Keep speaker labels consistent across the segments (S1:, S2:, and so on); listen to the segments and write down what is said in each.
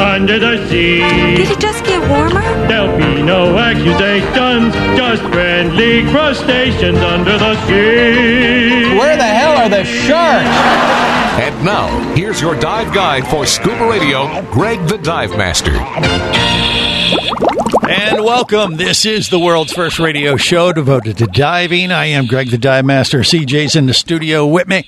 S1: under the sea.
S2: Did it just get warmer?
S1: There'll be no accusations, just friendly crustaceans under the sea.
S3: Where the hell are the sharks?
S4: And now, here's your dive guide for scuba radio, Greg the Dive Master.
S3: And welcome. This is the world's first radio show devoted to diving. I am Greg the Dive Master. CJ's in the studio with me.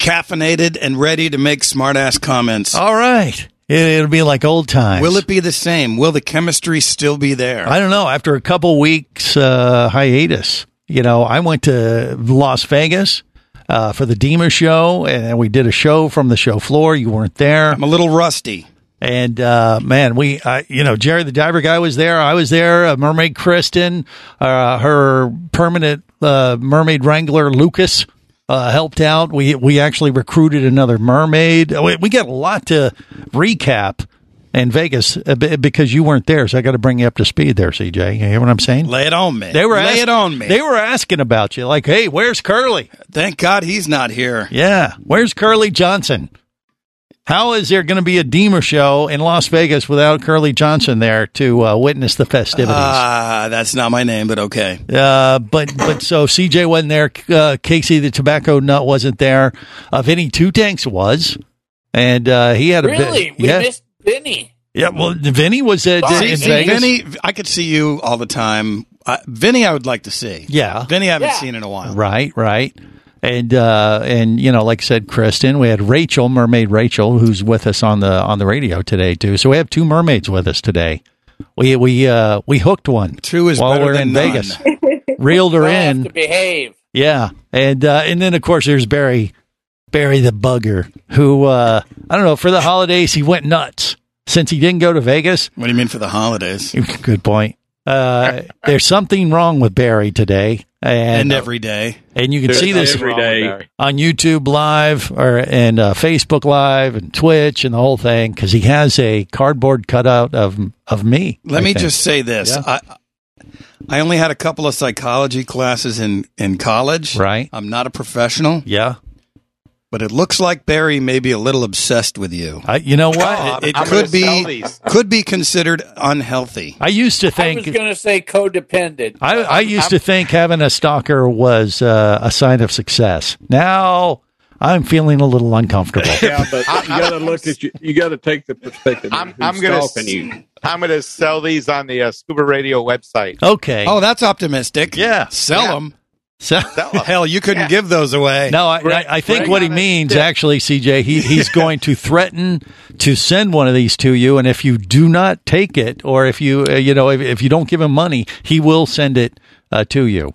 S5: caffeinated and ready to make smart ass comments.
S3: All right. It, will be like old times.
S5: Will it be the same? Will the chemistry still be there?
S3: I don't know. After a couple weeks uh, hiatus, you know, I went to Las Vegas uh, for the Dima show, and we did a show from the show floor. You weren't there,
S5: I'm a little rusty.
S3: and uh, man, we, I, you know, Jerry the diver guy was there. I was there. Uh, mermaid Kristen, uh, her permanent uh, mermaid wrangler Lucas. Uh, helped out. We we actually recruited another mermaid. We, we got a lot to recap in Vegas uh, be- because you weren't there, so I got to bring you up to speed there, CJ. You hear what I'm saying?
S5: Lay it on me.
S3: They were
S5: lay
S3: ask-
S5: it on me.
S3: They were asking about you, like, "Hey, where's Curly?
S5: Thank God he's not here.
S3: Yeah, where's Curly Johnson? How is there going to be a Deemer show in Las Vegas without Curly Johnson there to uh, witness the festivities?" Uh,
S5: Ah, that's not my name, but okay.
S3: but but so CJ wasn't there. Uh, Casey the tobacco nut wasn't there. Uh, Vinny Two Tanks was, and uh, he had a bit-
S6: Really? We
S3: Yeah,
S6: missed Benny.
S3: yeah. Well, Vinny was at
S6: Sorry,
S3: in
S6: see,
S3: Vegas.
S5: Vinny, I could see you all the time. Uh, Vinny, I would like to see.
S3: Yeah.
S5: Vinny, I haven't
S6: Yeah.
S5: seen in a while.
S3: Right, right. And uh, and you know, like I said, Kristen, we had Rachel, mermaid Rachel, who's with us on the on the radio today too. So we have two mermaids with us today. We we uh, we hooked one.
S5: Two is
S3: while
S5: better
S3: we're
S5: than
S3: in
S5: none.
S3: Vegas. Reeled her
S6: I have to
S3: in.
S6: behave.
S3: Yeah. And uh, and then of course there's Barry Barry the bugger, who uh, I don't know, for the holidays he went nuts. Since he didn't go to Vegas,
S5: What do you mean for the holidays?
S3: good point. Uh, there's something wrong with Barry today, and uh,
S5: And
S3: and,
S5: every day.
S3: you can see this
S7: every day.
S3: on YouTube Live or and uh, Facebook Live and Twitch and the whole thing because he has a cardboard cutout of of me.
S5: Let
S3: I
S5: me
S3: think.
S5: just say this.
S3: Yeah.
S5: I I only had a couple of psychology classes in, in college.
S3: Right.
S5: I'm not a professional.
S3: yeah.
S5: But it looks like Barry may be a little obsessed with you.
S3: I, you know what?
S5: It
S7: I'm gonna
S5: could
S7: sell
S5: be
S7: these.
S5: could be considered unhealthy.
S3: I used to
S6: I was
S3: think.
S6: going to say codependent.
S3: I, I used to think having a stalker was uh, a sign of success. Now I'm feeling a little uncomfortable.
S7: Yeah, but you gotta look at you. You gotta take the perspective.
S8: I'm,
S7: of
S8: I'm
S7: who's
S8: gonna
S7: stalking you.
S8: I'm gonna sell these on the uh, Scuba Radio website.
S3: Okay.
S5: Oh, that's optimistic.
S3: Yeah.
S5: sell
S8: Yeah.
S5: them.
S3: so,
S5: Hell, you couldn't give those away.
S3: No, I, I, I think what he means, actually, CJ, he, he's going to threaten to send one of these to you, and if you do not take it, or if you, uh, you know, if, if you don't give him money, he will send it uh, to you.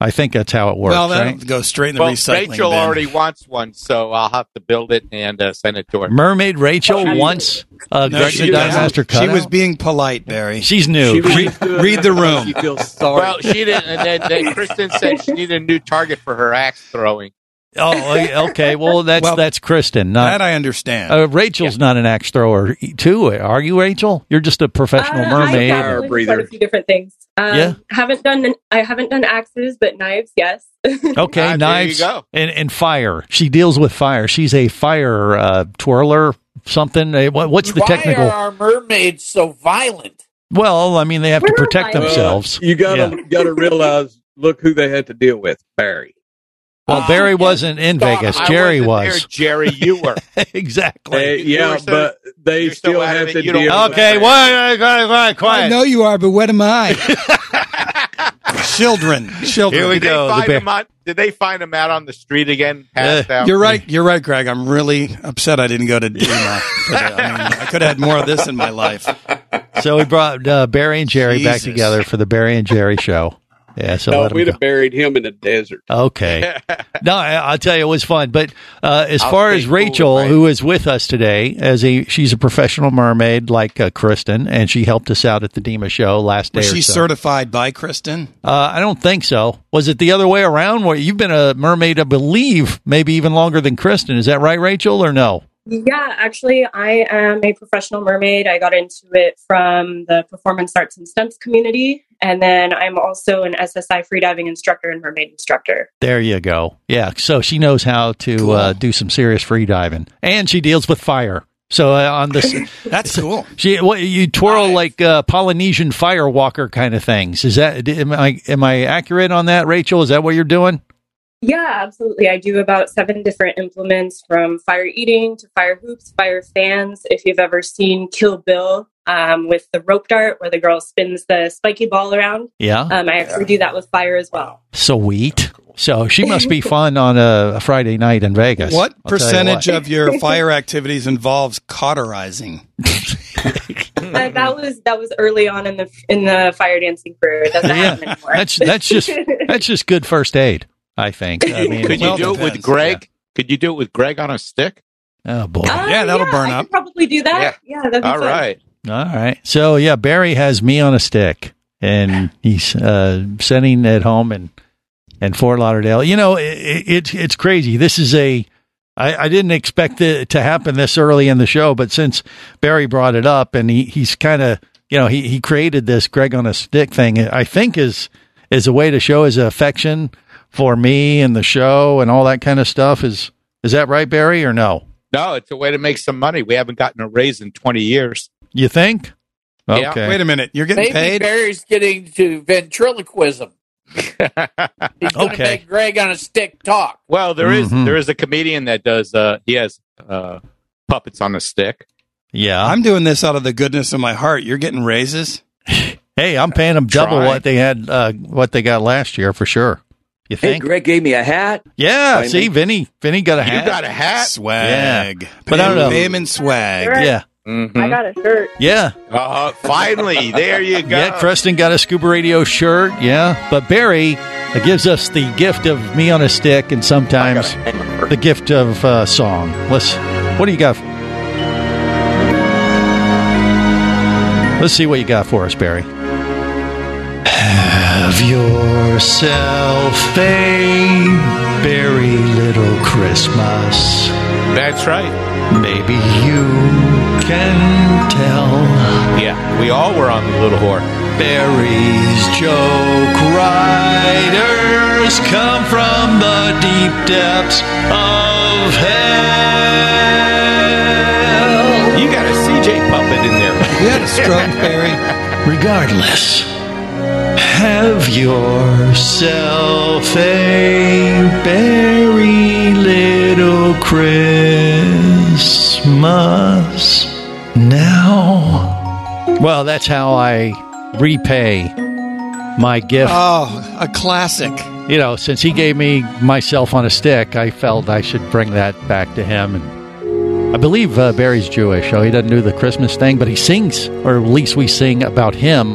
S3: I think that's how it works.
S5: well, that'll
S3: right?
S5: go straight in the
S8: Well,
S5: recycling
S8: Rachel
S5: bin.
S8: already wants one, so I'll have to build it and uh, send it to her.
S3: Mermaid Rachel wants uh,
S5: No,
S3: Greg
S5: she was-
S3: the Dive Master
S5: She
S3: cutout.
S5: was being polite, Barry.
S3: She's new.
S7: She was
S3: She-
S7: just doing
S5: read
S7: it
S5: the
S7: because
S5: room.
S7: You feel sorry.
S8: Well, she didn't. And then, then Kristen said she needed a new target for her axe throwing.
S3: oh, okay. Well, that's
S5: Well,
S3: that's Kristen.
S5: that
S3: Not,
S5: I understand.
S3: uh, Rachel's not an axe thrower, e, too. Are you, Rachel? You're just a professional
S9: Uh,
S3: mermaid.
S9: I've dabbled in quite
S7: breather.
S9: a few different things. Um,
S3: Yeah.
S9: Haven't done. I haven't done axes, but knives, yes.
S3: Okay,
S8: Ah, there you
S3: knives
S8: go.
S3: And, and fire. She deals with fire. She's a fire uh, twirler, something. Uh, what- What's the
S6: Why
S3: technical?
S6: are our mermaids so violent?
S3: Well, I mean, they have to
S9: We're not
S3: protect
S9: violent.
S3: themselves.
S7: You gotta gotta realize. Look who they had to deal with, Barry.
S3: Well,
S6: Ah,
S3: Barry
S6: yeah.
S3: wasn't in
S8: Stop,
S3: Vegas.
S8: Oh, I
S3: Jerry
S8: wasn't there,
S3: was.
S8: Jerry, you were.
S3: exactly.
S7: They,
S8: you
S7: yeah,
S8: were so-
S7: but they
S8: you're so
S7: still have
S8: adamant
S7: to deal.
S8: you don't
S7: with
S8: want Barry.
S3: Okay, quiet, quiet, quiet,
S5: I
S3: quiet.
S5: know you are, but what am I? children, children.
S3: Here we
S8: Did they
S3: go. The
S8: find
S3: bear. Uh,
S8: him on? did they find him out on the street again? Passed
S3: Yeah,
S8: out.
S5: You're right. You're right, Greg. I'm really upset I didn't go to DEMA. today. I, mean, I could have had more of this in my life.
S3: So we brought uh, Barry and Jerry back
S5: Jesus.
S3: together for the Barry and Jerry show. Yeah, so
S7: No,
S3: let 'em
S7: we'd
S3: go.
S7: have buried him in the desert.
S3: Okay. no, I, I'll tell you, it was fun. But uh, as
S8: I'll
S3: far
S8: stay
S3: as
S8: cool,
S3: Rachel,
S8: right?
S3: who is with us today, as a she's a professional mermaid like uh, Kristen, and she helped us out at the Dema show last day.
S5: Was
S3: or
S5: she
S3: so.
S5: certified by Kristen?
S3: uh, I don't think so. Was it the other way around? Where you've been a mermaid, I believe, maybe even longer than Kristen. Is that right, Rachel, or no?
S9: Yeah, actually, I am a professional mermaid. I got into it from the performance arts and stunts community, and then I'm also an SSI freediving instructor and mermaid instructor.
S3: There you go. Yeah. So she knows how to uh, do some serious free diving, and she deals with fire. So uh, on this,
S5: That's cool.
S3: she what you twirl like uh, Polynesian fire walker kind of things. Is that d- am I am I accurate on that, Rachel? Is that what you're doing?
S9: Yeah, absolutely. I do about seven different implements from fire eating to fire hoops, fire fans. If you've ever seen Kill Bill um, with the rope dart, where the girl spins the spiky ball around,
S3: Yeah.
S9: um, I actually do that with fire as well.
S3: Sweet. So she must be fun on a, a Friday night in Vegas.
S5: What
S3: I'll tell you
S5: percentage
S3: what.
S5: of your fire activities involves cauterizing?
S9: Uh, that was that was early on in the in the fire dancing career. It doesn't
S3: Yeah.
S9: happen anymore.
S3: That's that's just that's just good first aid. I think. I mean,
S8: Could
S5: Well,
S8: you do it
S5: depends,
S8: with Greg? Could you do it with Greg on a stick?
S3: oh boy.
S9: Uh,
S5: Yeah, that'll burn
S9: I
S5: up.
S9: Could probably do that. Yeah, that'd be
S8: All
S9: fun.
S8: right.
S9: Oh.
S3: All right. So yeah, Barry has me on a stick, and he's uh, sending it home and and Fort Lauderdale. Uh, You know, i i- it's it's crazy. This is a I, I didn't expect it to happen this early in the show, but since Barry brought it up and he, he's kind of you know he he created this Greg on a stick thing. I think is is a way to show his affection for me and the show and all that kind of stuff. Is is that right, Barry, or no?
S8: No, it's a way to make some money. We haven't gotten a raise in 20 years.
S3: You think?
S8: Yeah.
S5: Wait a minute. You're getting
S6: Maybe
S5: paid?
S6: Barry's getting to ventriloquism. He's going to
S3: Okay.
S6: make Greg on a stick talk.
S8: Well, there is
S5: Mm-hmm.
S3: Mhm.
S8: there is a comedian that does. Uh, he has uh, puppets on a stick.
S3: yeah.
S5: I'm doing this out of the goodness of my heart. You're getting raises?
S3: Hey, I'm paying them double
S8: Try.
S3: what they had, uh, what they got last year for sure. You think?
S10: Greg gave me a hat.
S3: yeah.
S10: Finally.
S3: See, Vinny, Vinny got a
S8: You
S3: hat.
S8: got a hat.
S5: Swag.
S3: But I don't know.
S5: Payment swag.
S9: Right.
S3: yeah,
S9: I got a shirt.
S3: yeah,
S8: Uh, finally, there you go.
S3: yeah. Preston got a Scuba Radio shirt. Yeah, but Barry uh, gives us the gift of me on a stick, and sometimes the gift of uh, song. Let's. What do you got? Let's see what you got for us, Barry. Have yourself a very little Christmas.
S8: That's right.
S3: Maybe you can tell
S8: Yeah, we all were on the little whore.
S3: Barry's joke writers come from the deep depths of hell.
S8: You got a CJ puppet in there.
S5: You had a stroke, Barry.
S3: Regardless, have yourself a very little Christmas now. Well, that's how I repay my gift.
S5: Oh, a classic.
S3: you know, since he gave me myself on a stick, I felt I should bring that back to him. And I believe uh, Barry's Jewish, so he doesn't do the Christmas thing, but he sings, or at least we sing about him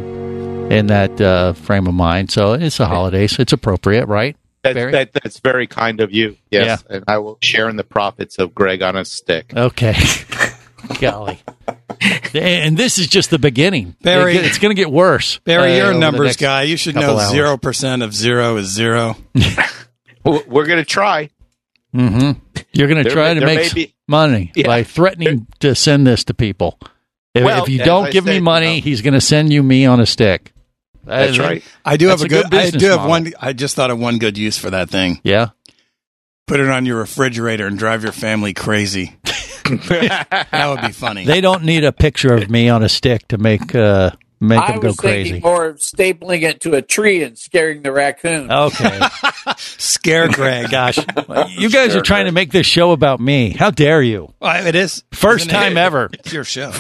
S3: in that uh, frame of mind. So it's a holiday, so it's appropriate, right? Barry?
S8: That's, that, that's very kind of you. Yes, and I will share in the profits of Greg on a stick.
S3: Okay. Golly. And this is just the beginning.
S5: Barry-
S3: It's going to get worse.
S5: Barry,
S3: uh,
S5: you're
S3: over
S5: a
S3: the
S5: numbers
S3: next-
S5: guy. You should
S3: couple
S5: know
S3: hours.
S5: zero percent of zero is zero.
S8: W- We're gonna try.
S3: Mm-hmm. You're going to
S8: There
S3: try
S8: may-
S3: to
S8: there may
S3: make
S8: be-
S3: s- money
S8: Yeah.
S3: by threatening to send this to people. If,
S8: Well,
S3: if you
S8: as
S3: don't
S8: I
S3: give me
S8: said,
S3: money,
S8: you know.
S3: he's going to send you me on a stick.
S8: That's
S3: Uh,
S8: right.
S5: I do
S3: That's
S5: have
S3: a
S5: a
S3: good
S5: good. I
S3: business
S5: do have
S3: model.
S5: one. I just thought of one good use for that thing.
S3: Yeah.
S5: Put it on your refrigerator and drive your family crazy. that would be funny.
S3: They don't need a picture of me on a stick to make uh, make
S6: I
S3: them go
S6: was
S3: crazy.
S6: thinking more of stapling it to a tree and scaring the raccoon.
S3: Okay.
S5: Scare Greg.
S3: Gosh. You guys are trying to make this show about me. How dare you?
S5: Well, it is
S3: First
S5: isn't it?
S3: time ever.
S5: It's your show.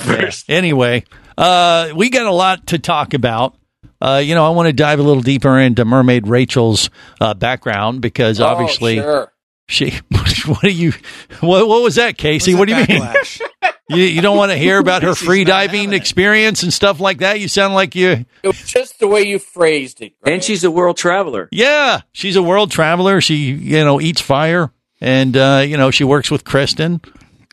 S3: Anyway, uh, we got a lot to talk about. uh, you know, I want to dive a little deeper into Mermaid Rachel's uh, background because obviously
S6: Oh, sure.
S3: she. What are you? What, what was that, Casey? what do you mean? You, you don't want to hear about her
S5: Casey's
S3: free
S5: not
S3: diving
S5: having it.
S3: experience and stuff like that? You sound like you.
S6: It was just the way you phrased it. Greg.
S10: And she's a world traveler.
S3: Yeah, she's a world traveler. She you know eats fire, and uh, you know she works with Kristen.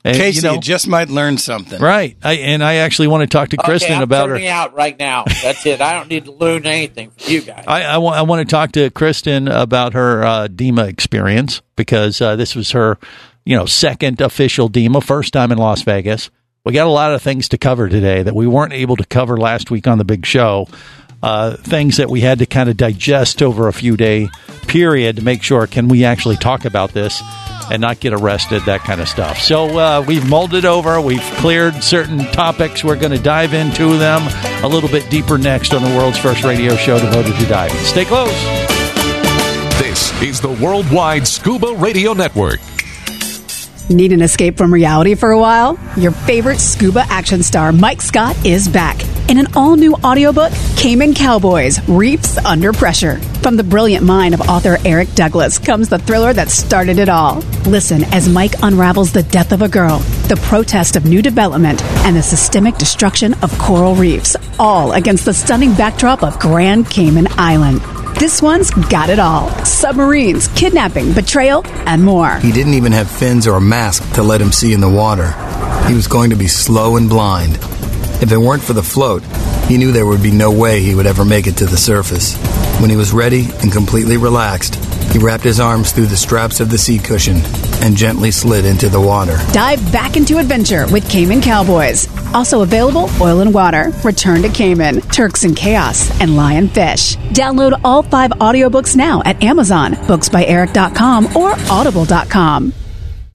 S3: And,
S5: Casey,
S3: you
S5: you,
S3: know,
S5: just might learn something.
S3: right? I, and I actually want to talk to Kristen
S6: okay, I'm
S3: about her.
S6: turning out right now. That's it. I don't need to learn anything from you guys.
S3: I, I, wa- I want to talk to Kristen about her uh, DEMA experience because uh, this was her, you know, second official DEMA, first time in Las Vegas. We got a lot of things to cover today that we weren't able to cover last week on the big show. Uh, things that we had to kind of digest over a few day period to make sure can we actually talk about this and not get arrested, that kind of stuff. So uh, we've molded over, we've cleared certain topics. We're going to dive into them a little bit deeper next on the world's first radio show devoted to diving. Stay close.
S4: This is the Worldwide Scuba Radio Network.
S11: Need an escape from reality for a while? Your favorite scuba action star, Mike Scott, is back in an all new audiobook, Cayman Cowboys Reefs Under Pressure. From the brilliant mind of author Eric Douglas comes the thriller that started it all. Listen as Mike unravels the death of a girl, the protest of new development, and the systemic destruction of coral reefs, all against the stunning backdrop of Grand Cayman Island. This one's got it all submarines, kidnapping, betrayal, and more.
S12: He didn't even have fins or a mask to let him see in the water. He was going to be slow and blind. If it weren't for the float, he knew there would be no way he would ever make it to the surface. When he was ready and completely relaxed, he wrapped his arms through the straps of the sea cushion and gently slid into the water.
S11: Dive back into adventure with Cayman Cowboys. Also available oil and water, return to Cayman, Turks and Chaos, and Lionfish. Download all five audiobooks now at Amazon, booksbyeric.com, or audible.com.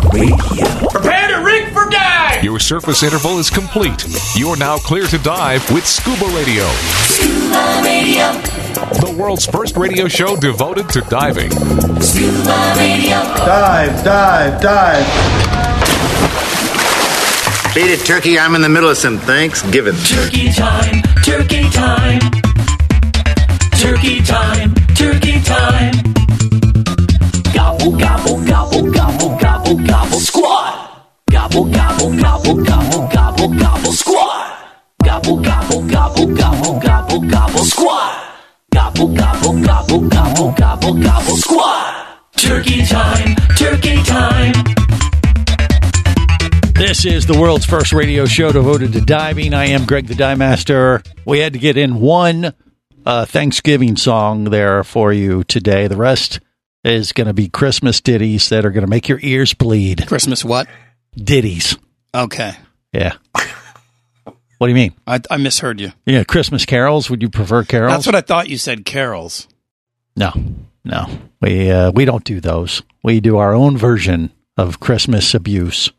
S4: Prepare to rig for dive! Your surface interval is complete. You're now clear to dive with Scuba Radio.
S1: Scuba Radio.
S4: The world's first radio show devoted to diving.
S1: Scuba Radio.
S13: Dive, dive, dive.
S14: Beat it, Turkey. I'm in the middle of some Thanksgiving.
S1: Turkey time, turkey time. Turkey time, turkey time. Gobble, gobble, gobble, gobble, gobble, gobble, squat. Gobble, gobble, gobble, gobble, gobble, gobble, squat. Gobble, gobble, gobble, gobble, gobble, gobble, squat. Gobble, gobble, gobble, gobble, gobble, gobble, squat. Turkey time, turkey time.
S3: This is the world's first radio show devoted to diving. I am Greg the Dive Master. We had to get in one uh, Thanksgiving song there for you today. The rest is going to be Christmas ditties that are going to make your ears bleed.
S5: Christmas what?
S3: Ditties.
S5: Okay.
S3: Yeah. what do you mean?
S5: I, I misheard you.
S3: Yeah, Christmas carols. Would you prefer carols?
S5: That's what I thought you said, carols.
S3: No, no, we uh, we don't do those. We do our own version of Christmas abuse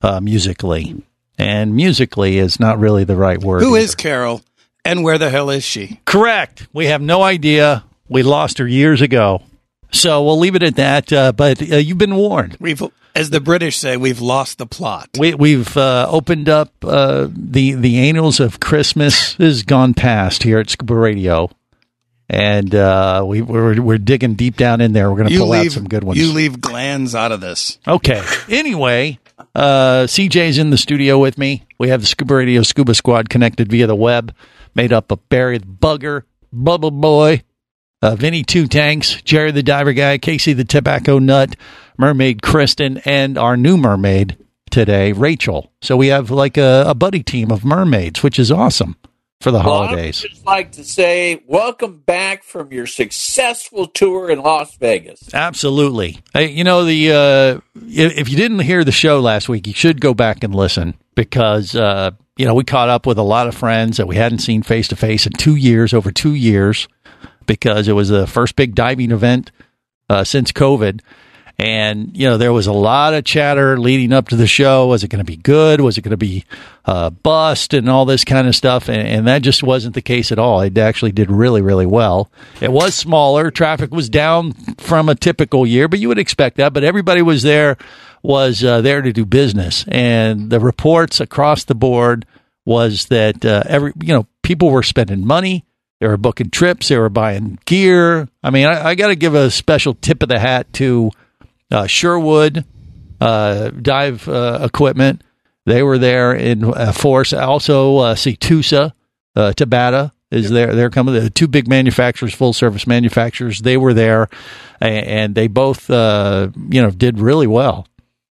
S3: uh, musically, and musically is not really the right word.
S5: Who is Carol and where the hell is she?
S3: Correct. We have no idea. We lost her years ago, so we'll leave it at that. Uh, but uh, you've been warned.
S5: We've, as the British say, we've lost the plot.
S3: We, we've uh, opened up uh, the the annals of Christmas is gone past here at Scuba Radio, and uh, we, we're we're digging deep down in there. We're going to
S5: You
S3: pull
S5: leave
S3: out some good ones.
S5: You leave glands out of this.
S3: Okay. Anyway, uh, CJ's in the studio with me. We have the Scuba Radio Scuba Squad connected via the web, made up of Barry the Bugger, Bubble Boy, uh, Vinny Two Tanks, Jerry the Diver Guy, Casey the Tobacco Nut, Mermaid Kristen, and our new mermaid today, Rachel. So we have like a, a buddy team of mermaids, which is awesome for the
S6: Well, I would
S3: holidays.
S6: just like to say welcome back from your successful tour in Las Vegas.
S3: Absolutely. Hey, you know the uh, i- if you didn't hear the show last week, you should go back and listen because uh, you know we caught up with a lot of friends that we hadn't seen face to face in two years, over two years, because it was the first big diving event uh, since COVID. And you know there was a lot of chatter leading up to the show. Was it going to be good? Was it going to be uh, bust and all this kind of stuff? And, and that just wasn't the case at all. It actually did really, really well. It was smaller. Traffic was down from a typical year, but you would expect that. But everybody was there was uh, there to do business, and the reports across the board was that uh, every you know people were spending money. They were booking trips. They were buying gear. I mean, I, I got to give a special tip of the hat to uh, Sherwood uh, dive uh, equipment. They were there in uh, force. Also, uh, see Tusa, uh, Tabata is there. They're coming. The two big manufacturers, full service manufacturers. They were there, and, and they both, uh, you know, did really well.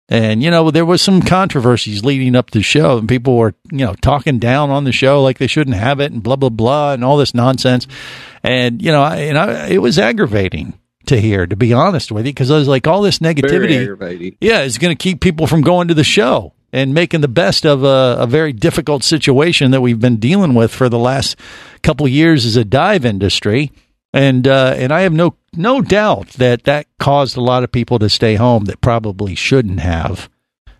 S3: And you know, there was some controversies leading up to the show, and people were, you know, talking down on the show like they shouldn't have it, and blah blah blah, and all this nonsense. And you know, I, and I, it was aggravating to hear, to be honest with you, because I was like, all this
S7: Very
S3: negativity,
S7: aggravating.
S3: yeah, is going to keep people from going to the show and making the best of a, a very difficult situation that we've been dealing with for the last couple years as a dive industry. And uh, and I have no no doubt that that caused a lot of people to stay home that probably shouldn't have.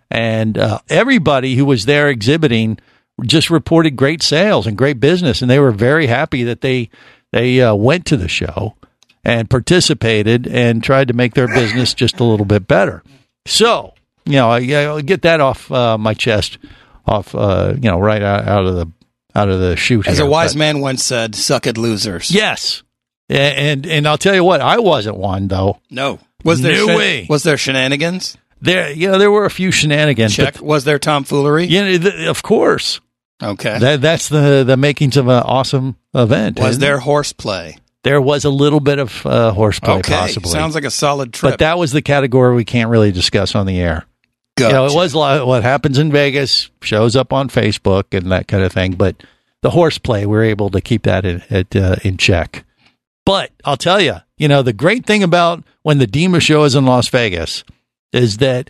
S3: And uh, everybody who was there exhibiting just reported great sales and great business, and they were very happy that they they uh, went to the show and participated and tried to make their business just a little bit better. So, you know, I, I'll get that off uh, my chest, off, uh, you know, right out, out of the out of the chute.
S5: As a
S3: here.
S5: wise
S3: But-
S5: man once said, "Suck it, losers."
S3: yes, A- and and I'll tell you what, I wasn't one though.
S5: No. Was there
S3: No
S5: shen-
S3: way.
S5: Was there shenanigans?
S3: There, you know, there were a few shenanigans.
S5: Check. was there tomfoolery?
S3: Yeah, th- of course.
S5: Okay.
S3: That, that's the the makings of an awesome event.
S5: was
S3: isn't
S5: there
S3: it?
S5: horseplay?
S3: There was a little bit of uh, horseplay,
S5: Okay.
S3: possibly.
S5: Sounds like a solid
S3: but
S5: trip.
S3: that was the category we can't really discuss on the air. You know, it
S5: Gotcha.
S3: was li- what happens in Vegas shows up on Facebook and that kind of thing. But the horseplay, we're able to keep that in at, uh, in check. But I'll tell you, you know, the great thing about when the Dima show is in Las Vegas is that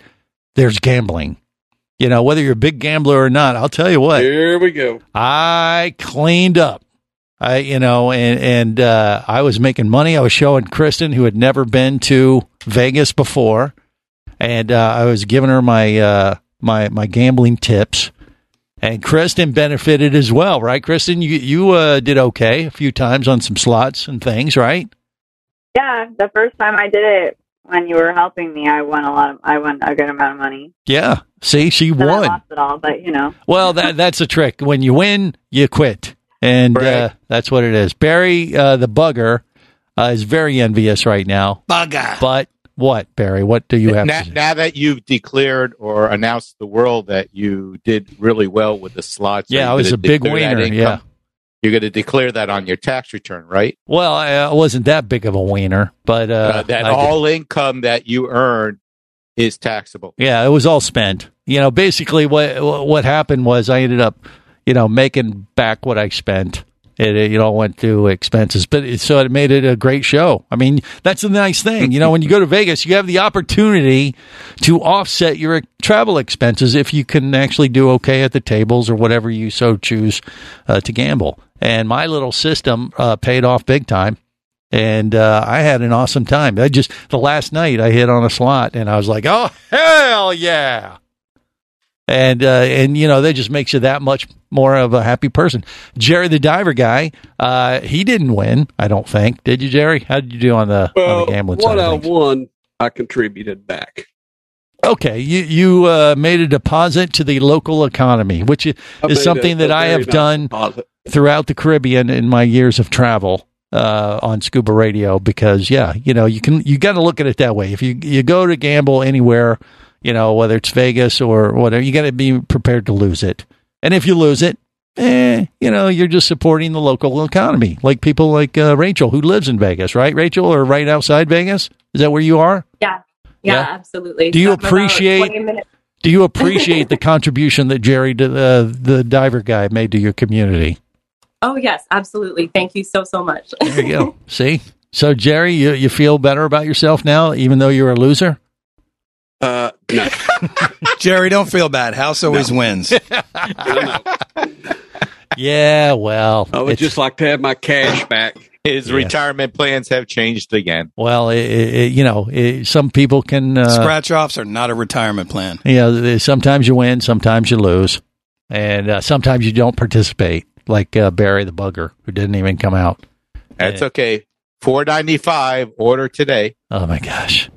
S3: there's gambling. You know, whether you're a big gambler or not, I'll tell you what.
S7: Here we go.
S3: I cleaned up. I, you know, and and uh, I was making money. I was showing Kristen, who had never been to Vegas before, and uh, I was giving her my uh, my my gambling tips. And Kristen benefited as well, right? Kristen, you you uh, did okay a few times on some slots and things, right?
S10: Yeah, the first time I did it when you were helping me, I won a lot. Of, I won a good amount of money.
S3: Yeah. See, she
S10: And I
S3: won.
S10: lost it all, but you know.
S3: Well, that that's a trick. When you win, you quit, and uh, that's what it is. Barry uh, the bugger uh, is very envious right now.
S8: Ah.
S5: Bugger.
S3: But what, Barry? What do you have?
S8: Now,
S3: to say?
S8: now that you've declared or announced to the world that you did really well with the slots, are
S3: Yeah,
S8: you
S3: I was
S8: gonna
S3: a big
S8: declare that
S3: wiener,
S8: income?
S3: yeah.
S8: you're going to declare that on your tax return, right?
S3: Well, I, I wasn't that big of a wiener, but uh,
S8: Uh, that
S3: I did-
S8: all income that you earn is taxable.
S3: yeah, it was all spent. You know, basically what what happened was I ended up, you know, making back what I spent. It, it you know went to expenses, but it, so it made it a great show. I mean, that's the nice thing. You know, when you go to Vegas, you have the opportunity to offset your travel expenses if you can actually do okay at the tables or whatever you so choose uh, to gamble. And my little system uh, paid off big time and uh, I had an awesome time. I just the last night I hit on a slot, and I was like, "Oh hell yeah!" And uh, and you know that just makes you that much more of a happy person. Jerry the diver guy, uh, he didn't win, I don't think. Did you, Jerry? How did you do on the on
S7: Well,
S3: the gambling
S7: what
S3: side?
S7: I
S3: of things?
S7: won, I contributed back.
S3: Okay, you you uh, made a deposit to the local economy, which is
S7: I made
S3: something
S7: a-
S3: that
S7: a
S3: I
S7: very
S3: have
S7: nice
S3: done
S7: deposit.
S3: throughout the Caribbean in my years of travel. uh, on scuba radio because yeah, you know you can you got to look at it that way. If you you go to gamble anywhere, you know whether it's Vegas or whatever, you got to be prepared to lose it. And if you lose it, eh, you know you're just supporting the local economy, like people like uh, Rachel who lives in Vegas, right? Rachel, or right outside Vegas? Is that where you are?
S9: Yeah. Yeah, absolutely.
S3: Do you
S9: So I'm about
S3: appreciate-
S9: 20 minutes-
S3: Do you appreciate the contribution that Jerry, to the, the diver guy, made to your community?
S9: Oh, yes, absolutely. Thank you so, so much.
S3: There you go. See? So, Jerry, you, you feel better about yourself now, even though you're a loser?
S5: Uh, no. Jerry, don't feel bad. House always wins.
S3: yeah, well.
S7: I would
S3: it's-
S7: just like to have my cash back.
S8: His retirement plans have changed again.
S3: well, it, it, it- you know, it, some people can. Uh,
S5: Scratch offs are not a retirement plan.
S3: You know, th- sometimes you win, sometimes you lose, and uh, sometimes you don't participate, like uh, Barry the Bugger, who didn't even come out.
S8: That's okay. Four ninety five. Order today.
S3: Oh my gosh,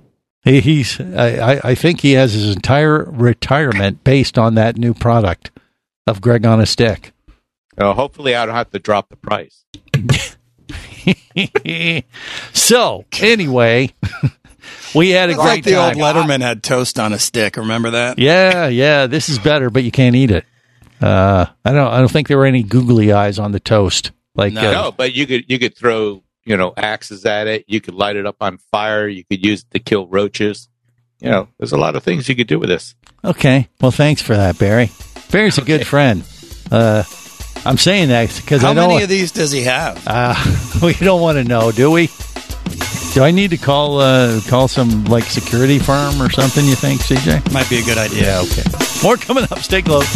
S3: he, he's. I, I- I think he has his entire retirement based on that new product of Greg on a stick.
S8: Uh, hopefully, I don't have to drop the price.
S3: so anyway, we had a
S5: It's
S3: great
S5: like the old
S3: time.
S5: Letterman had toast on a stick. Remember that?
S3: yeah, yeah, this is better, but you can't eat it. Uh, I don't. I don't think there were any googly eyes on the toast. Like
S8: No,
S3: uh,
S8: but you could you could throw you know axes at it. You could light it up on fire. You could use it to kill roaches. You know, there's a lot of things you could do with this.
S3: uh, Okay. Well, thanks for that, Barry. Barry's a good friend. Uh, I'm saying that because
S5: How
S3: I don't.
S5: many of these does he have?
S3: uh, we don't want to know, do we? Do I need to call uh, call some like security firm or something? You think, CJ?
S5: Might be a good idea.
S3: Yeah. Okay. More coming up. Stay close.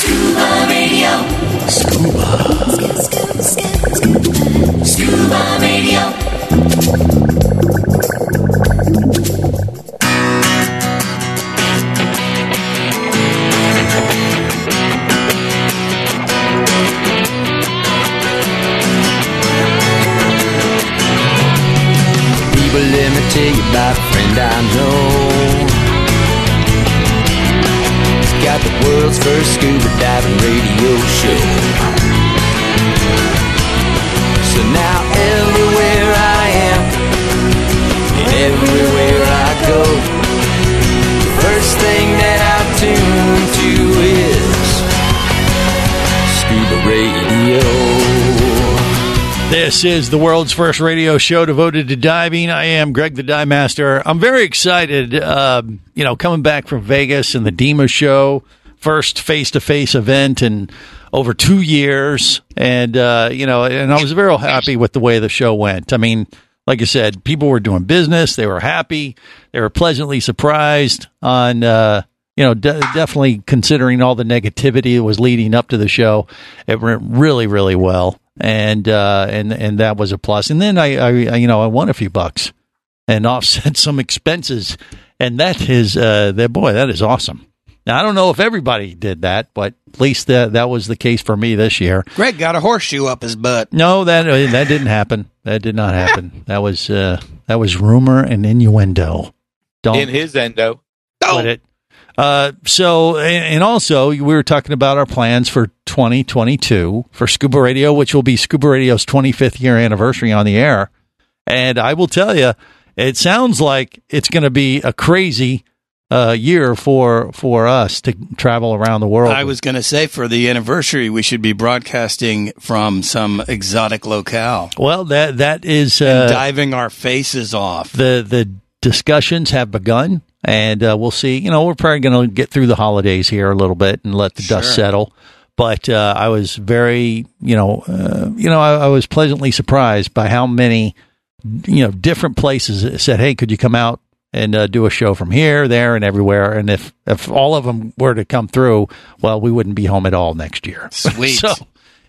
S1: Scuba Radio. Scuba. Scuba Radio.
S15: People, let me tell you about a friend I know. He's got the world's first scuba diving radio show. So now everywhere I am, and everywhere I go, the first thing that I tune to is scuba radio.
S3: This is the world's first radio show devoted to diving. I am Greg the Dive Master. I'm very excited, um, you know, coming back from Vegas and the DEMA show, first face to face event in over two years. And, uh, you know, and I was very happy with the way the show went. I mean, like I said, people were doing business. They were happy. They were pleasantly surprised on, uh, you know, de- definitely considering all the negativity that was leading up to the show. It went really, really well, and uh, and and that was a plus. And then I, I, I, you know, I won a few bucks and offset some expenses, and that is, uh, that boy, that is awesome. Now I don't know if everybody did that, but at least that that was the case for me this year.
S5: Greg got a horseshoe up his butt.
S3: No, that uh, that didn't happen. That did not happen. That was uh, that was rumor and innuendo. Don't
S8: In his endo,
S3: with it. Uh, so, and, and also, we were talking about our plans for 2022 for Scuba Radio, which will be Scuba Radio's 25th year anniversary on the air. And I will tell you, it sounds like it's going to be a crazy uh, year for for us to travel around the world.
S5: I was going to say for the anniversary, we should be broadcasting from some exotic locale,
S3: well, that that is
S5: and
S3: uh,
S5: diving our faces off.
S3: the the discussions have begun, and uh, we'll see. You know, we're probably going to get through the holidays here a little bit and let the dust
S5: Sure.
S3: settle. But uh, I was very, you know, uh, you know, I, I was pleasantly surprised by how many, you know, different places that said, "Hey, could you come out and uh, do a show from here, there, and everywhere?" And if if all of them were to come through, well, we wouldn't be home at all next year.
S5: Sweet.
S3: so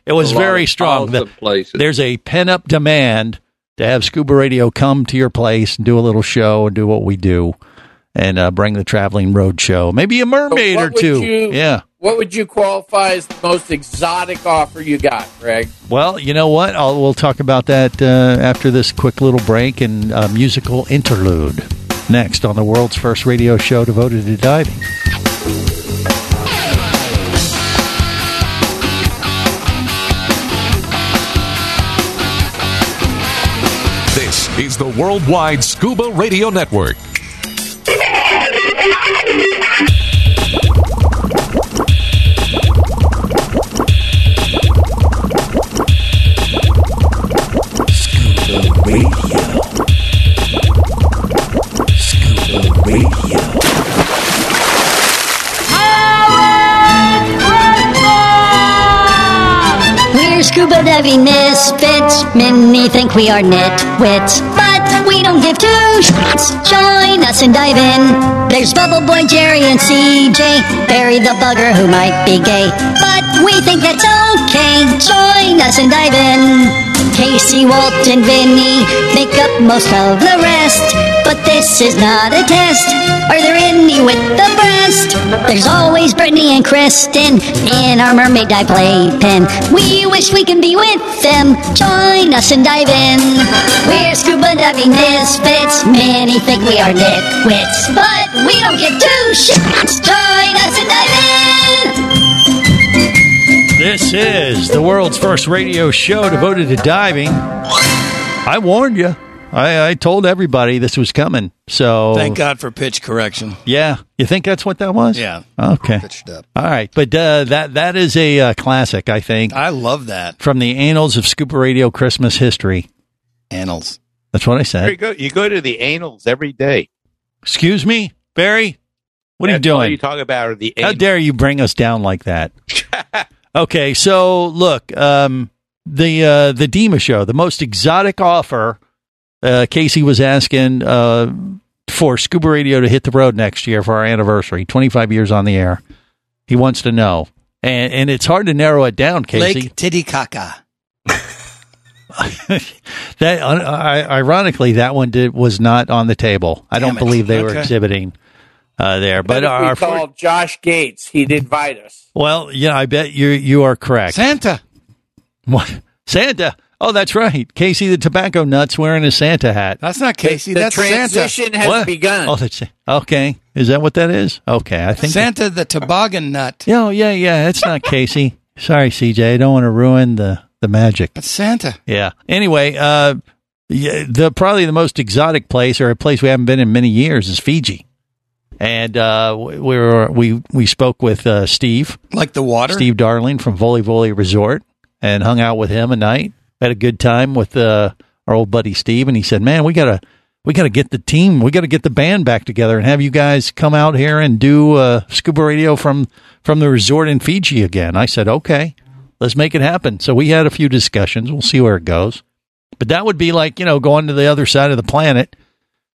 S3: it was
S7: A lot
S3: very
S7: of
S3: strong. The-
S7: awesome places.
S3: There's a pent up demand to have Scuba Radio come to your place and do a little show and do what we do and uh, bring the traveling road show. Maybe a mermaid
S6: What
S3: or
S6: would
S3: two.
S6: you-
S3: yeah.
S6: What would you qualify as the most exotic offer you got, Greg?
S3: Well, you know what? I'll, we'll talk about that uh, after this quick little break and uh, musical interlude next on the world's first radio show devoted to diving.
S4: worldwide scuba radio network.
S16: We're scuba diving misfits. Many think we are nitwits, but we don't give two shits. Join us and dive in. There's Bubble Boy Jerry and CJ. Barry the bugger who might be gay, but we think that's okay. Join us and dive in. Casey, Walt, and Vinny make up most of the rest, but this is not a test. Are there any with the breast? There's always Brittany and Kristen in our mermaid dive playpen. We wish we can be with them. Join us and dive in. We're scuba diving misfits. Many think we are nitwits, but we don't give two shits. Join us and dive in.
S3: This is the world's first radio show devoted to diving. I warned you. I, I told everybody this was coming. So
S5: Thank God for pitch correction.
S3: Yeah, you think that's what that was?
S5: Yeah.
S3: Okay.
S5: Pitched up.
S3: All right, but uh, that that is a uh, classic. I think
S5: I love that.
S3: from the annals of Scuba Radio Christmas history.
S5: Annals.
S3: That's what I
S8: There you
S3: said.
S8: go. You go to the anals every day.
S3: Excuse me, Barry. What
S8: That's
S3: are you
S8: all
S3: doing?
S8: you talk about are the
S3: How
S8: anals.
S3: dare you bring us down like that? okay, so look, um, the uh, the Dima show, the most exotic offer. Uh, Casey was asking uh, for Scuba Radio to hit the road next year for our anniversary, twenty five years on the air. He wants to know, and and it's hard to narrow it down, Casey.
S5: Lake Titicaca.
S3: That uh, I, ironically, that one did, was not on the table. I
S5: Damn
S3: don't
S5: it.
S3: believe they were
S5: Okay.
S3: exhibiting uh, there, but
S6: But if
S3: our,
S6: we
S3: our fir-
S6: called Josh Gates, he'd invite us.
S3: well, yeah, I bet you you are correct.
S5: Santa.
S3: What? Santa. Oh, that's right. Casey the tobacco nuts wearing his Santa hat.
S5: That's not Casey.
S6: the
S5: that's
S6: transition
S5: Santa.
S6: has begun.
S3: Oh, that's okay. Is that what that is? Okay, I think.
S5: Santa the toboggan nut.
S3: Yeah, oh, yeah, yeah. It's not Casey. Sorry, CJ. I don't want to ruin the the magic.
S5: That's Santa.
S3: Yeah. Anyway, uh, yeah, the probably the most exotic place or a place we haven't been in many years is Fiji, and uh, we we were, we we spoke with uh, Steve
S5: Like the water.
S3: Steve Darling from Volley Volley Resort and hung out with him a night. Had a good time with uh, our old buddy Steve, and he said, "Man, we gotta we gotta get the team, we gotta get the band back together, and have you guys come out here and do uh, scuba radio from from the resort in Fiji again." I said, "Okay, let's make it happen." So we had a few discussions. We'll see where it goes, but that would be like you know going to the other side of the planet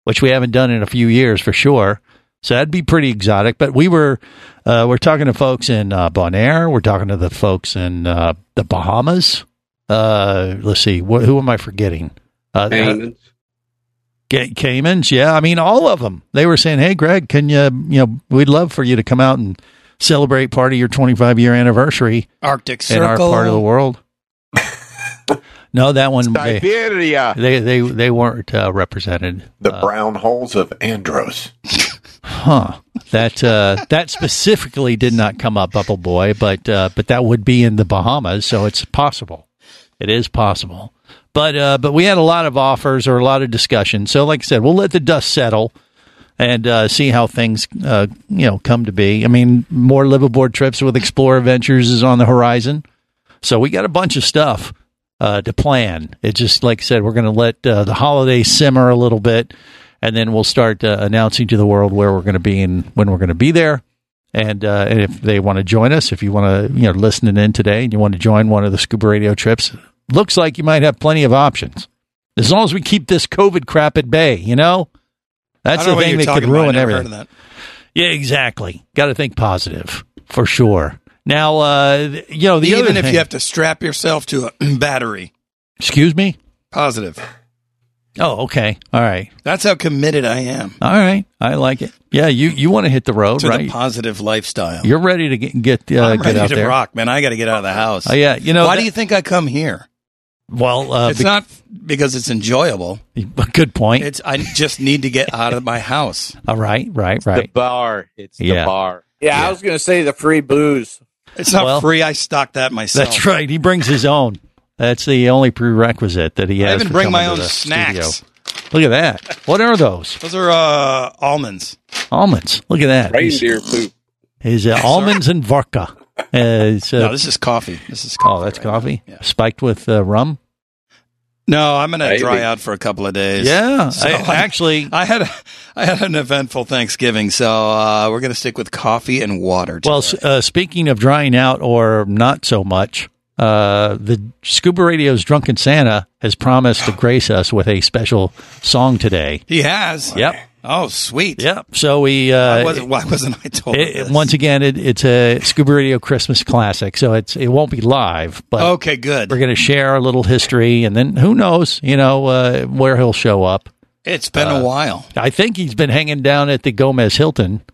S3: which we haven't done in a few years for sure. So that'd be pretty exotic. But we were uh, we're talking to folks in uh, Bonaire. We're talking to the folks in uh, the Bahamas. Uh, let's see, wh- who am I forgetting? Uh,
S7: Payments.
S3: Ca- Caymans, yeah. I mean, all of them. They were saying, "Hey, Greg, can you? You know, we'd love for you to come out and celebrate part of your 25 year anniversary
S5: Arctic
S3: in our
S5: Circle.
S3: part of the world." no, that one they
S17: Siberia.
S3: they they, they weren't uh, represented.
S17: The brown holes of Andros.
S3: Huh. That uh, that specifically did not come up, Bubble Boy, but uh, but that would be in the Bahamas, so it's possible. It is possible. But uh, but we had a lot of offers or a lot of discussion. So like I said, we'll let the dust settle and uh, see how things uh, you know come to be. I mean, more liveaboard trips with Explorer Ventures is on the horizon. So we got a bunch of stuff uh, to plan. It's just like I said, we're going to let uh, the holiday simmer a little bit, and then we'll start uh, announcing to the world where we're going to be and when we're going to be there. And, uh, and if they want to join us, if you want to, you know, listening in today, and you want to join one of the scuba radio trips, looks like you might have plenty of options as long as we keep this COVID crap at bay. You know, that's
S5: I don't
S3: the
S5: know what
S3: thing
S5: you're
S3: that could
S5: talking about. I
S3: ruin
S5: never heard
S3: everything.
S5: of that.
S3: Yeah, exactly. Got to think positive for sure. Now, uh, th- you know, the
S5: Even
S3: other
S5: if
S3: thing-
S5: you have to strap yourself to a battery.
S3: excuse me.
S5: Positive.
S3: Oh, okay. All right.
S5: That's how committed I am
S3: All right. I like it. Yeah, you you want to hit the road,
S5: to
S3: Oh, right?
S5: the positive lifestyle.
S3: You're ready to get get, uh,
S5: I'm
S3: get
S5: ready
S3: out
S5: to
S3: there.
S5: rock, man. I got to get out of the house.
S3: Oh, yeah, you know
S5: Why
S3: that-
S5: do you think I come here?
S3: Well, uh,
S5: it's not because it's enjoyable.
S3: be- good point.
S5: It's I just need to get out of my house.
S3: All right, right,
S8: The
S3: right.
S8: bar. It's
S3: Yeah.
S8: the bar.
S6: Yeah, I was going to say the free booze.
S5: It's not
S3: Well-
S5: free. I stocked that myself.
S3: That's right. He brings his own. That's the only prerequisite that he
S5: I
S3: has.
S5: even
S3: for
S5: bring
S3: coming
S5: my
S3: to
S5: own
S3: the
S5: snacks.
S3: studio. Look at that. What are those?
S5: Those are uh, almonds.
S3: Almonds. Look at that.
S5: Reindeer poop.
S3: Is uh, almonds and vodka. Uh, it's, uh,
S5: No, this is coffee. This is
S3: oh, that's coffee spiked with uh, rum.
S5: No, I'm going to
S3: Maybe.
S5: dry out for a couple of days.
S3: Yeah,
S5: So
S3: I-
S5: I-
S3: actually,
S5: I had a, I had an eventful Thanksgiving, so uh, we're going to stick with coffee and water.
S3: Well, s- uh, speaking of drying out or not so much, uh, the Scuba Radio's Drunken Santa has promised to grace us with a special song today.
S5: He has.
S3: Yep.
S5: Oh, sweet.
S3: Yep. So we. Uh,
S5: Why wasn't, why wasn't I told?
S3: it-
S5: this?
S3: once again, it, it's a Scuba Radio Christmas classic, so it's it won't be live, but
S5: okay, good.
S3: We're going to share a little history, and then who knows, you know, uh, where he'll show up.
S5: It's been
S3: Uh,
S5: a while.
S3: I think he's been hanging down at the Gomez Hilton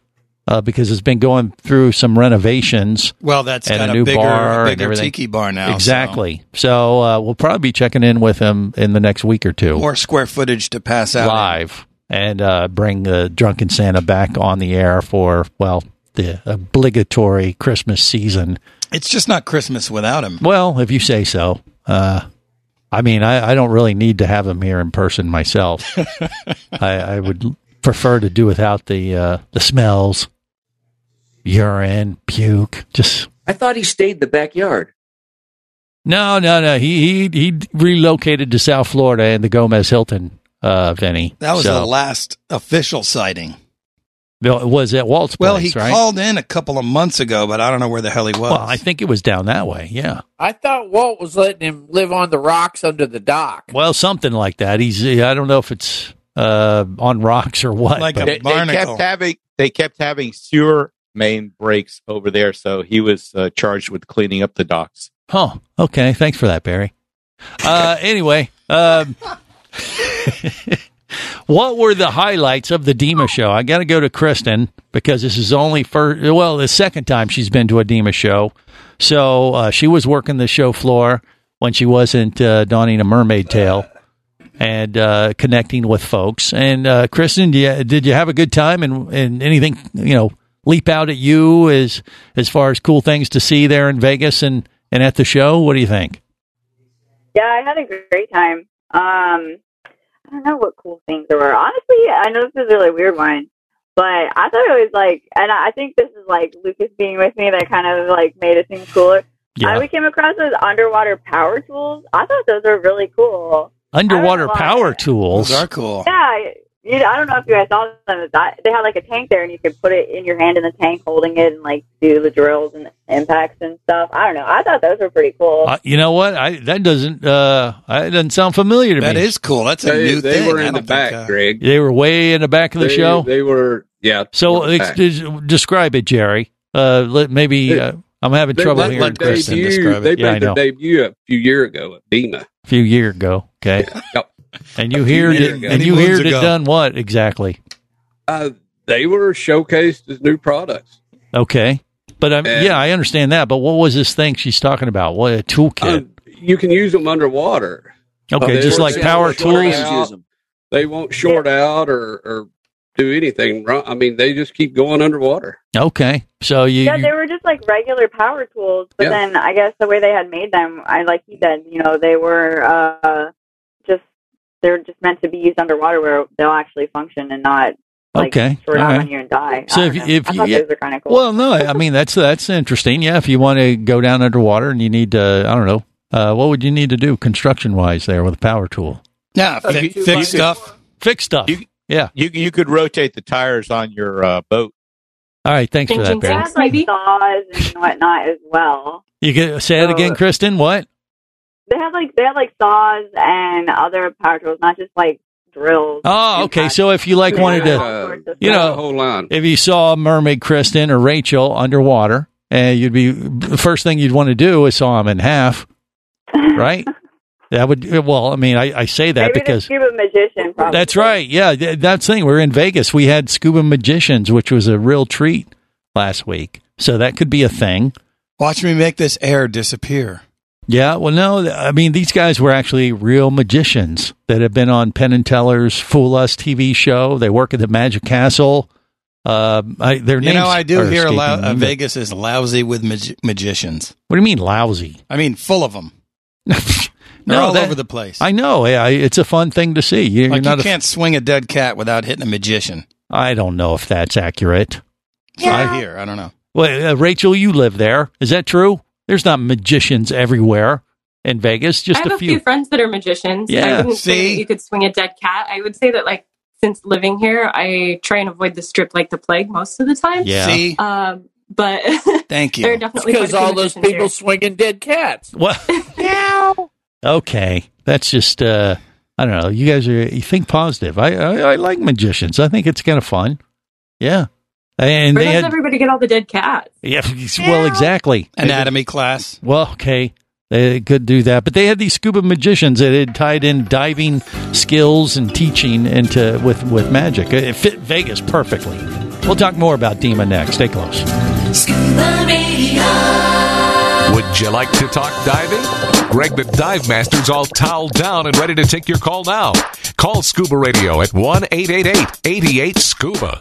S3: uh, because it's been going through some renovations.
S5: Well, that's
S3: and
S5: got
S3: a
S5: a
S3: new
S5: bigger-
S3: bar, and
S5: bigger
S3: everything.
S5: tiki bar now, so-
S3: Exactly. So, uh, we'll probably be checking in with him in the next week or two,
S5: More square footage to pass out.
S3: live, and uh, bring the drunken Santa back on the air for well the obligatory Christmas season.
S5: It's just not Christmas without him.
S3: Well, if you say so. Uh, I mean, I, I don't really need to have him here in person myself. I, I would prefer to do without the uh, the smells, urine, puke. Just
S18: I thought he stayed in the backyard.
S3: no, no, no. He he he relocated to South Florida and the Gomez Hilton, uh, Vinny.
S5: That was
S3: So-
S5: the last official sighting.
S3: No, it was at Walt's
S5: Well,
S3: place,
S5: he
S3: right?
S5: called in a couple of months ago, but I don't know where the hell he was.
S3: well, I think it was down that way. Yeah.
S6: I thought Walt was letting him live on the rocks under the dock.
S3: Well, something like that. He's I don't know if it's uh, on rocks or what. but-
S8: they, they kept having they kept having sewer main breaks over there, so he was uh, charged with cleaning up the docks.
S3: Huh. Okay. Thanks for that, Barry. Uh, anyway, um, what were the highlights of the Dima show? I got to go to Kristen because this is only first. Well, the second time she's been to a Dima show, so uh, she was working the show floor when she wasn't uh, donning a mermaid tail and uh, connecting with folks. And uh, Kristen, do you, did you have a good time? And and anything you know leap out at you as as far as cool things to see there in Vegas and and at the show? What do you think?
S10: Yeah, I had a great time. Um, I don't know what cool things there were. Honestly, I know this is a really weird one, but I thought it was like, and I I think this is like Lucas being with me that kind of like made it seem cooler.
S3: Yeah.
S10: I, we came across those underwater power tools. I thought those were really cool.
S3: Underwater
S10: I don't know why.
S3: power tools.
S5: Those are cool.
S10: Yeah, you, I don't know if you guys saw them. That- They had like a tank there, and you could put it in your hand in the tank, holding it, and like do the drills and impacts and stuff. I don't know. I thought those were pretty cool.
S3: Uh, you know what? I that doesn't uh I- it doesn't sound familiar to
S5: That
S3: me.
S5: is cool. That's a
S7: They-
S5: new
S7: they
S5: thing.
S7: were
S5: I
S7: in the
S5: don't think,
S7: back,
S5: uh,
S7: Greg.
S3: They were way in the back of the
S7: They-
S3: show.
S7: They were, yeah.
S3: so
S7: in the
S3: ex-
S7: back.
S3: des- describe it, Jerry. Uh, let, maybe uh, I'm having
S7: They
S3: trouble
S7: made
S3: hearing
S7: their
S3: Kristen
S7: debut-
S3: describe
S7: They
S3: it. Yeah, I
S7: made their
S3: know.
S7: debut a few year ago at Bima.
S3: A few year ago, okay.
S7: Yep.
S3: And
S7: A
S3: you
S7: few
S3: heard
S7: year
S3: it,
S7: ago.
S3: and you
S7: Many moons
S3: heard it
S7: ago.
S3: done what exactly?
S7: Uh, they were showcased as new products.
S3: Okay, but I'm yeah, I understand that. But what was this thing she's talking about? What a toolkit?
S7: Um, You can use them underwater.
S3: okay,
S7: Uh,
S3: just
S7: they-
S3: like
S7: they
S3: power
S7: won't short
S3: tools.
S7: out. They won't short out or, or do anything wrong. I mean, they just keep going underwater.
S3: Okay, so you,
S10: yeah,
S3: you-
S10: they were just like regular power tools, but
S7: Yeah.
S10: then I guess the way they had made them, I like you said, you know, they were uh, just they're just meant to be used underwater where they'll actually function and not like
S3: Okay,
S10: short
S3: all
S10: out
S3: right.
S10: on you and die.
S3: So
S10: I
S3: if
S10: don't
S3: you-
S10: know.
S3: if
S10: I
S3: you-
S10: thought
S3: yeah.
S10: those were kind of cool.
S3: Well, no, I mean that's that's interesting. Yeah, if you want to go down underwater and you need to, I don't know, uh, what would you need to do construction wise there with a power tool?
S5: Yeah,
S8: Uh, You
S5: fi-
S8: could-
S5: thick
S8: you
S5: stuff.
S3: Fix stuff. yeah,
S8: you you could rotate the tires on your uh, boat.
S3: All right, thanks for that,
S10: They
S3: Barry.
S10: had, like saws and whatnot as well.
S3: You can say it
S7: Uh,
S3: again, Kristen. What?
S10: They had like they had like saws and other power tools, not just like drills.
S3: Oh, okay. So if you like wanted to, you know,
S7: uh, whole line.
S3: if you saw Mermaid Kristen or Rachel underwater, and you'd be the first thing you'd want to do is saw them in half, right? that would well. I mean, I, I say that
S10: Maybe the
S3: because
S10: scuba magician. Probably.
S3: That's right. Yeah, th- that's the thing. We're in Vegas. We had scuba magicians, which was a real treat last week. So that could be a thing.
S5: Watch me make this air disappear.
S3: Yeah. Well, no, th- I mean these guys were actually real magicians that have been on Penn and Teller's Fool Us TV show. They work at the Magic Castle. Uh, I, their
S5: You
S3: names.
S5: know, I do
S3: are
S5: hear a
S3: escaping
S5: lou- uh,
S3: me, but-
S5: Vegas is lousy with magi- magicians.
S3: What do you mean lousy?
S5: I mean, full of them. They're
S3: No,
S5: all
S3: that-
S5: over the place.
S3: I know. Yeah, I- it's a fun thing to see. You're
S5: like you
S3: not. a-
S5: can't swing a dead cat without hitting a magician.
S3: I don't know if that's accurate.
S5: I hear. I don't know.
S3: Well, uh, Rachel, you live there. Is that true? There's not magicians everywhere in Vegas. Just
S9: I have
S3: a few.
S9: friends that are magicians. I
S3: Yeah,
S9: wouldn't say
S3: see?
S9: that you could swing a dead cat. I would say that like since living here, I try and avoid the strip like the plague most of the time.
S3: Yeah. See?
S9: Um, but
S5: Thank
S9: there are definitely
S6: because
S9: quite a few
S6: all those
S9: magicians
S6: people swinging dead cats.
S3: What? Okay, that's just. uh I don't know. You guys are you think positive. I I, I like magicians. I think it's kind of fun. Yeah,
S9: here.
S3: and
S9: Where
S3: they
S9: does
S3: had
S9: everybody get all the dead cats?
S3: Yeah, well, exactly.
S5: Anatomy class.
S3: Well, okay. They could do that. But they had these scuba magicians that had tied in diving skills and teaching into with, with magic. It fit Vegas perfectly. We'll talk more about Dima next. Stay close.
S4: Would you like to talk diving? Greg the Dive Master's all toweled down and ready to take your call now. Call Scuba Radio at 1 888 88 Scuba.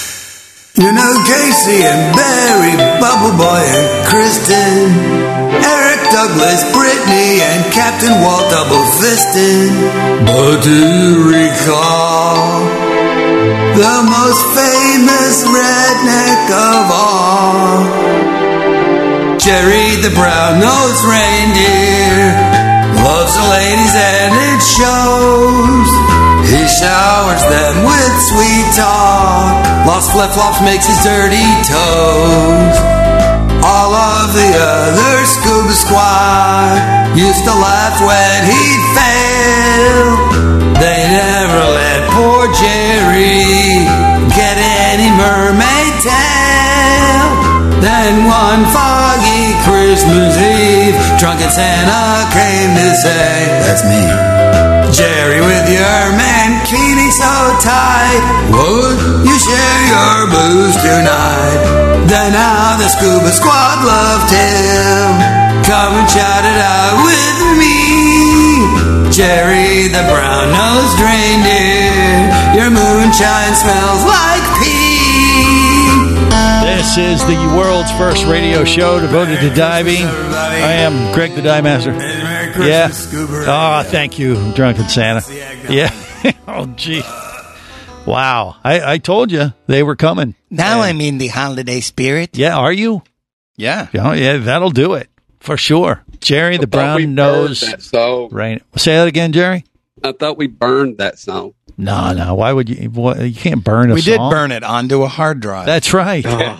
S12: You know Casey and Barry, Bubble Boy and Kristen, Eric Douglas, Brittany and Captain Walt Double Fisted. But do you recall the most famous redneck of all? Jerry the Brown-Nosed Reindeer. Loves the ladies and it shows. He showers them with sweet talk. Lost flip flops makes his dirty toes. All of the other scuba squad used to laugh when he failed. They never let poor Jerry get any mermaid tail. Then one foggy Christmas Eve, drunken Santa came to say, That's me. Jerry, with your mankini so tight, would you share your booze tonight? Then how the scuba squad loved him. Come and shout it out with me. Jerry the brown-nosed reindeer, your moon
S15: Sunshine smells like pee.
S3: This is the world's first radio show devoted to diving. I am Greg the Dive Master. Yeah. Oh, thank you, Drunken Santa. Yeah. oh, gee. Wow. I, I told you they were coming.
S19: Now I'm in the holiday spirit.
S3: Yeah. Are you?
S5: Yeah.
S3: Yeah, yeah that'll do it for sure. Jerry the
S7: thought we burned
S3: Brown Nose.
S7: that song.
S3: Rain. Say that again, Jerry.
S7: I thought we burned that song.
S3: No, no. Why would you? What, you can't burn a
S5: We did
S3: song.
S5: burn it onto a hard drive.
S3: That's right. Oh,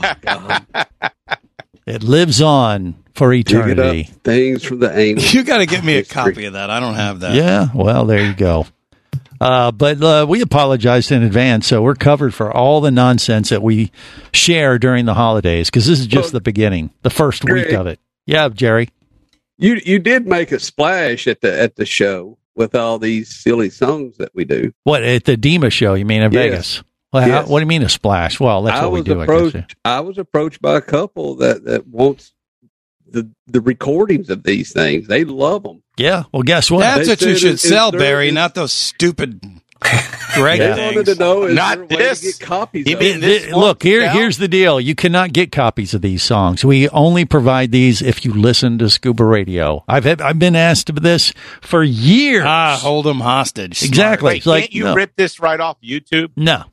S3: it lives on for
S7: Dig it up,
S3: eternity.
S7: things from the anal.
S5: You got to get me a copy of that. I don't have that.
S3: Yeah. Well, there you go. Uh, but uh, we apologized in advance, so we're covered for all the nonsense that we share during the holidays because this is
S7: Oh.
S3: just the beginning, the first week
S7: Greg.
S3: of it. Yeah, Jerry.
S7: You you did make a splash at the at the show with all these silly songs that we do.
S3: What at the DEMA show? You mean in
S7: Yes.
S3: Vegas? Well, how-
S7: Yes.
S3: what do you mean a splash? Well, that's
S7: I
S3: what we
S7: was
S3: do. I guess.
S7: approached. I, was approached by a couple that that wants the the recordings of these things. They love them.
S3: Yeah. Well, guess what?
S5: That's
S7: They
S5: what you
S7: said
S5: should
S7: is- is
S5: sell,
S7: there-
S5: Barry, not those stupid Greg
S3: Yeah.
S7: They
S5: things.
S7: wanted to know is
S5: Not
S7: there a way to get copies. of it?
S3: Th- look here. Here's the deal. You cannot get copies of these songs. We only provide these if you listen to Scuba Radio. I've had, I've been asked this for years.
S5: Ah,
S7: oh.
S5: hold them hostage.
S3: exactly.
S8: Wait,
S3: It's like
S8: can't you
S3: no,
S8: rip this right off YouTube?
S3: no,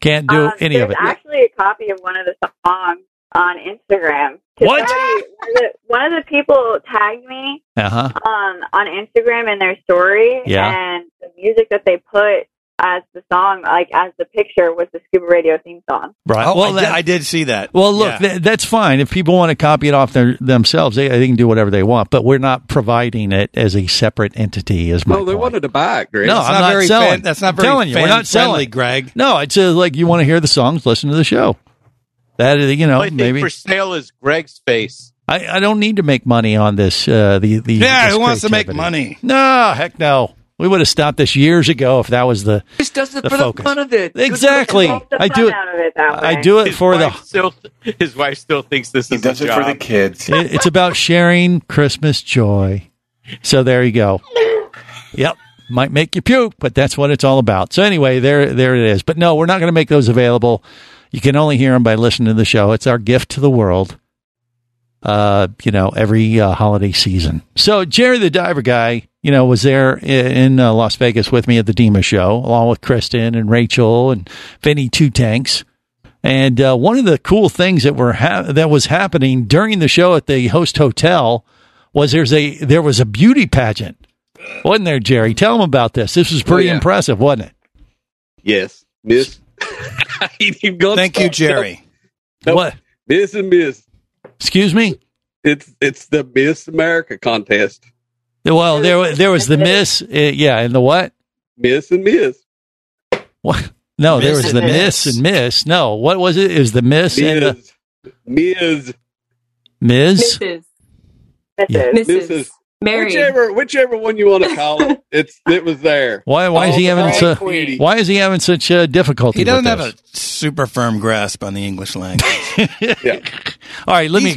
S3: can't do
S10: Um,
S3: any of
S10: there's
S3: it.
S10: actually a copy of one of the songs on Instagram. 'Cause
S3: What?
S10: somebody- one, of the, one of the people tagged me
S3: Uh huh.
S10: um, on Instagram in their story,
S3: Yeah.
S10: and the music that they put as the song, like as the picture, was the Scuba Radio theme song.
S3: Right.
S5: Oh,
S3: well,
S5: I, did,
S3: that-
S5: I did see that.
S3: Well, look,
S5: Yeah.
S3: tha- that's fine. If people want to copy it off their, themselves, they, they can do whatever they want. But we're not providing it as a separate entity. Is my
S7: No, they
S3: point.
S7: wanted to buy it, Greg.
S3: No,
S5: That's
S3: I'm
S5: not
S3: not
S5: very
S3: selling.
S5: fan- that's not
S3: I'm
S5: very
S3: telling you, we're not
S5: fan-friendly,
S3: selling.
S5: Greg.
S3: No, it's uh, like you want to hear the songs, listen to the show. That is, you know,
S8: Only thing
S3: maybe
S8: for sale is Greg's face.
S3: I, I don't need to make money on this. Uh, the the
S5: yeah,
S3: this
S5: who wants to make
S3: creativity.
S5: money?
S3: No, heck no. We would have stopped this years ago if that was the
S18: Just does it
S3: The
S18: for
S3: focus.
S18: the fun of it.
S3: exactly.
S10: Take the
S3: I
S10: fun
S3: do it.
S10: out of it that way.
S3: I do it
S8: His
S3: for the.
S8: wife still, his wife still thinks this
S17: He
S8: is a
S17: does it for the
S8: job.
S17: kids.
S3: it- it's about sharing Christmas joy. So there you go. Yep. Might make you puke, but that's what it's all about. So anyway, there there it is. But no, we're not going to make those available. You can only hear them by listening to the show. It's our gift to the world. Uh, you know, every uh, holiday season. So Jerry the Diver guy, you know, was there i- in uh, Las Vegas with me at the Dima show, along with Kristen and Rachel and Vinny Two Tanks. And uh, one of the cool things that were ha- that was happening during the show at the host hotel was there's a there was a beauty pageant, wasn't there, Jerry? Tell them about this. This was pretty
S7: Oh, yeah.
S3: impressive, wasn't it?
S7: Yes, Miss. You've gone
S5: Thank
S7: so-
S5: you, Jerry.
S7: Nope.
S3: What?
S7: Miss and Miss.
S3: Excuse me.
S7: It's it's the Miss America contest.
S3: Well, there wa- there was the miss, uh, yeah, and the what?
S7: Miss and Miss.
S3: What? No, there
S5: Miss
S3: was
S5: and
S3: the miss
S5: miss.
S3: and miss. No, what was it? It was the miss and the
S7: Miss. Miss.
S9: Mrs.
S3: Ms.
S10: This
S3: Yeah.
S10: is-
S9: Mrs.
S7: Mrs.
S9: Mary.
S7: Whichever whichever one you want to call it, it's it was there.
S3: Why why is
S7: All
S3: he
S7: the
S3: having
S7: drag
S3: so
S7: queens.
S3: why is he having such uh, difficulty?
S5: He doesn't
S3: with
S5: have
S3: this?
S5: a super firm grasp on the English language.
S7: Yeah.
S3: All right, let me
S5: He's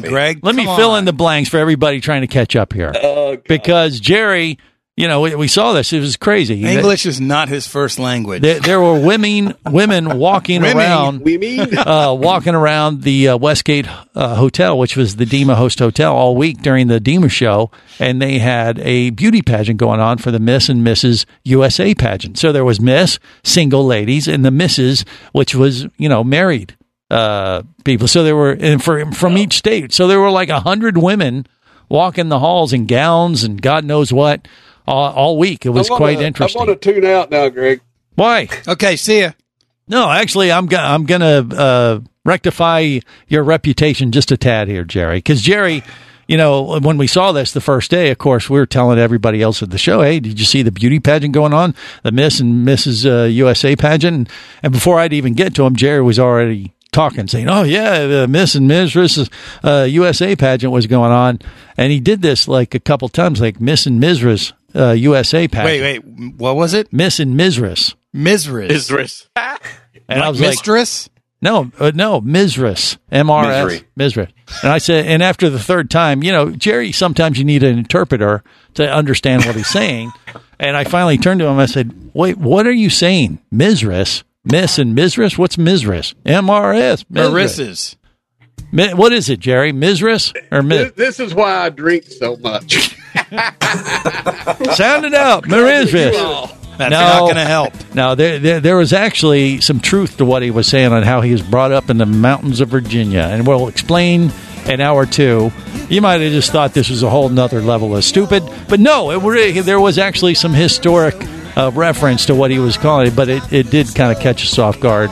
S5: trying, Greg.
S3: Let me
S5: Come
S3: fill
S5: on.
S3: in the blanks for everybody trying to catch up here.
S7: Oh, God.
S3: because Jerry, you know, we, we saw this. It was crazy.
S5: English is not his first language.
S3: There, there were women, women walking
S5: Women.
S3: around,
S7: we mean
S3: uh, walking around the uh, Westgate uh, Hotel, which was the Dima host hotel, all week during the Dima show, and they had a beauty pageant going on for the Miss and Mrs. USA pageant. So there was Miss single ladies and the Misses, which was you know married uh, people. So there were and for, from each state. So there were like a hundred women walking the halls in gowns and God knows what. All, all week, it was
S7: I wanna-
S3: quite interesting.
S7: I want to tune out now, Greg.
S3: Why?
S5: okay, see ya.
S3: No, actually, I'm go- I'm gonna uh, rectify your reputation just a tad here, Jerry. Because Jerry, you know, when we saw this the first day, of course, we were telling everybody else at the show, "Hey, did you see the beauty pageant going on, the Miss and Mrs. Uh, USA pageant?" And before I'd even get to him, Jerry was already talking, saying, "Oh yeah, the Miss and Mrs. Uh, USA pageant was going on," and he did this like a couple times, like Miss and Mrs. Uh, USA pageant,
S5: Wait, wait. What was it?
S3: Miss and Mrs.
S5: Misery.
S8: Israel.
S3: And I was like,
S5: Mistress?
S3: No, uh, no, Mizris, MRS, Mizris. And I said, and after the third time, you know, Jerry, sometimes you need an interpreter to understand what he's saying. and I finally turned to him. I said, wait, what are you saying? Mizris, Miss and Mizris? What's Mizris? MRS, Mizris.
S5: Marissa's.
S3: Mi- what is it, Jerry? Mizris or Miz?
S7: This, this is why I drink so much.
S3: Sound it out, Mizris.
S5: That's not going to help.
S3: No, there, there, there was actually some truth to what he was saying on how he was brought up in the mountains of Virginia. And we'll explain in hour two. You might have just thought this was a whole nother level of stupid. But no, it, really- there was actually some historic uh, reference to what he was calling it. But it, it did kind of catch us off guard.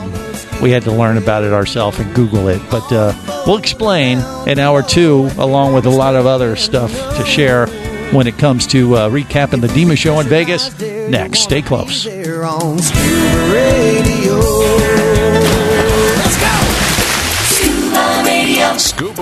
S3: We had to learn about it ourselves and Google it. But uh, we'll explain in hour two, along with a lot of other stuff to share when it comes to uh, recapping the Dima Show in Vegas. Next, stay close.
S15: They're on Scuba Radio. Let's go. Scuba Radio.
S4: Scuba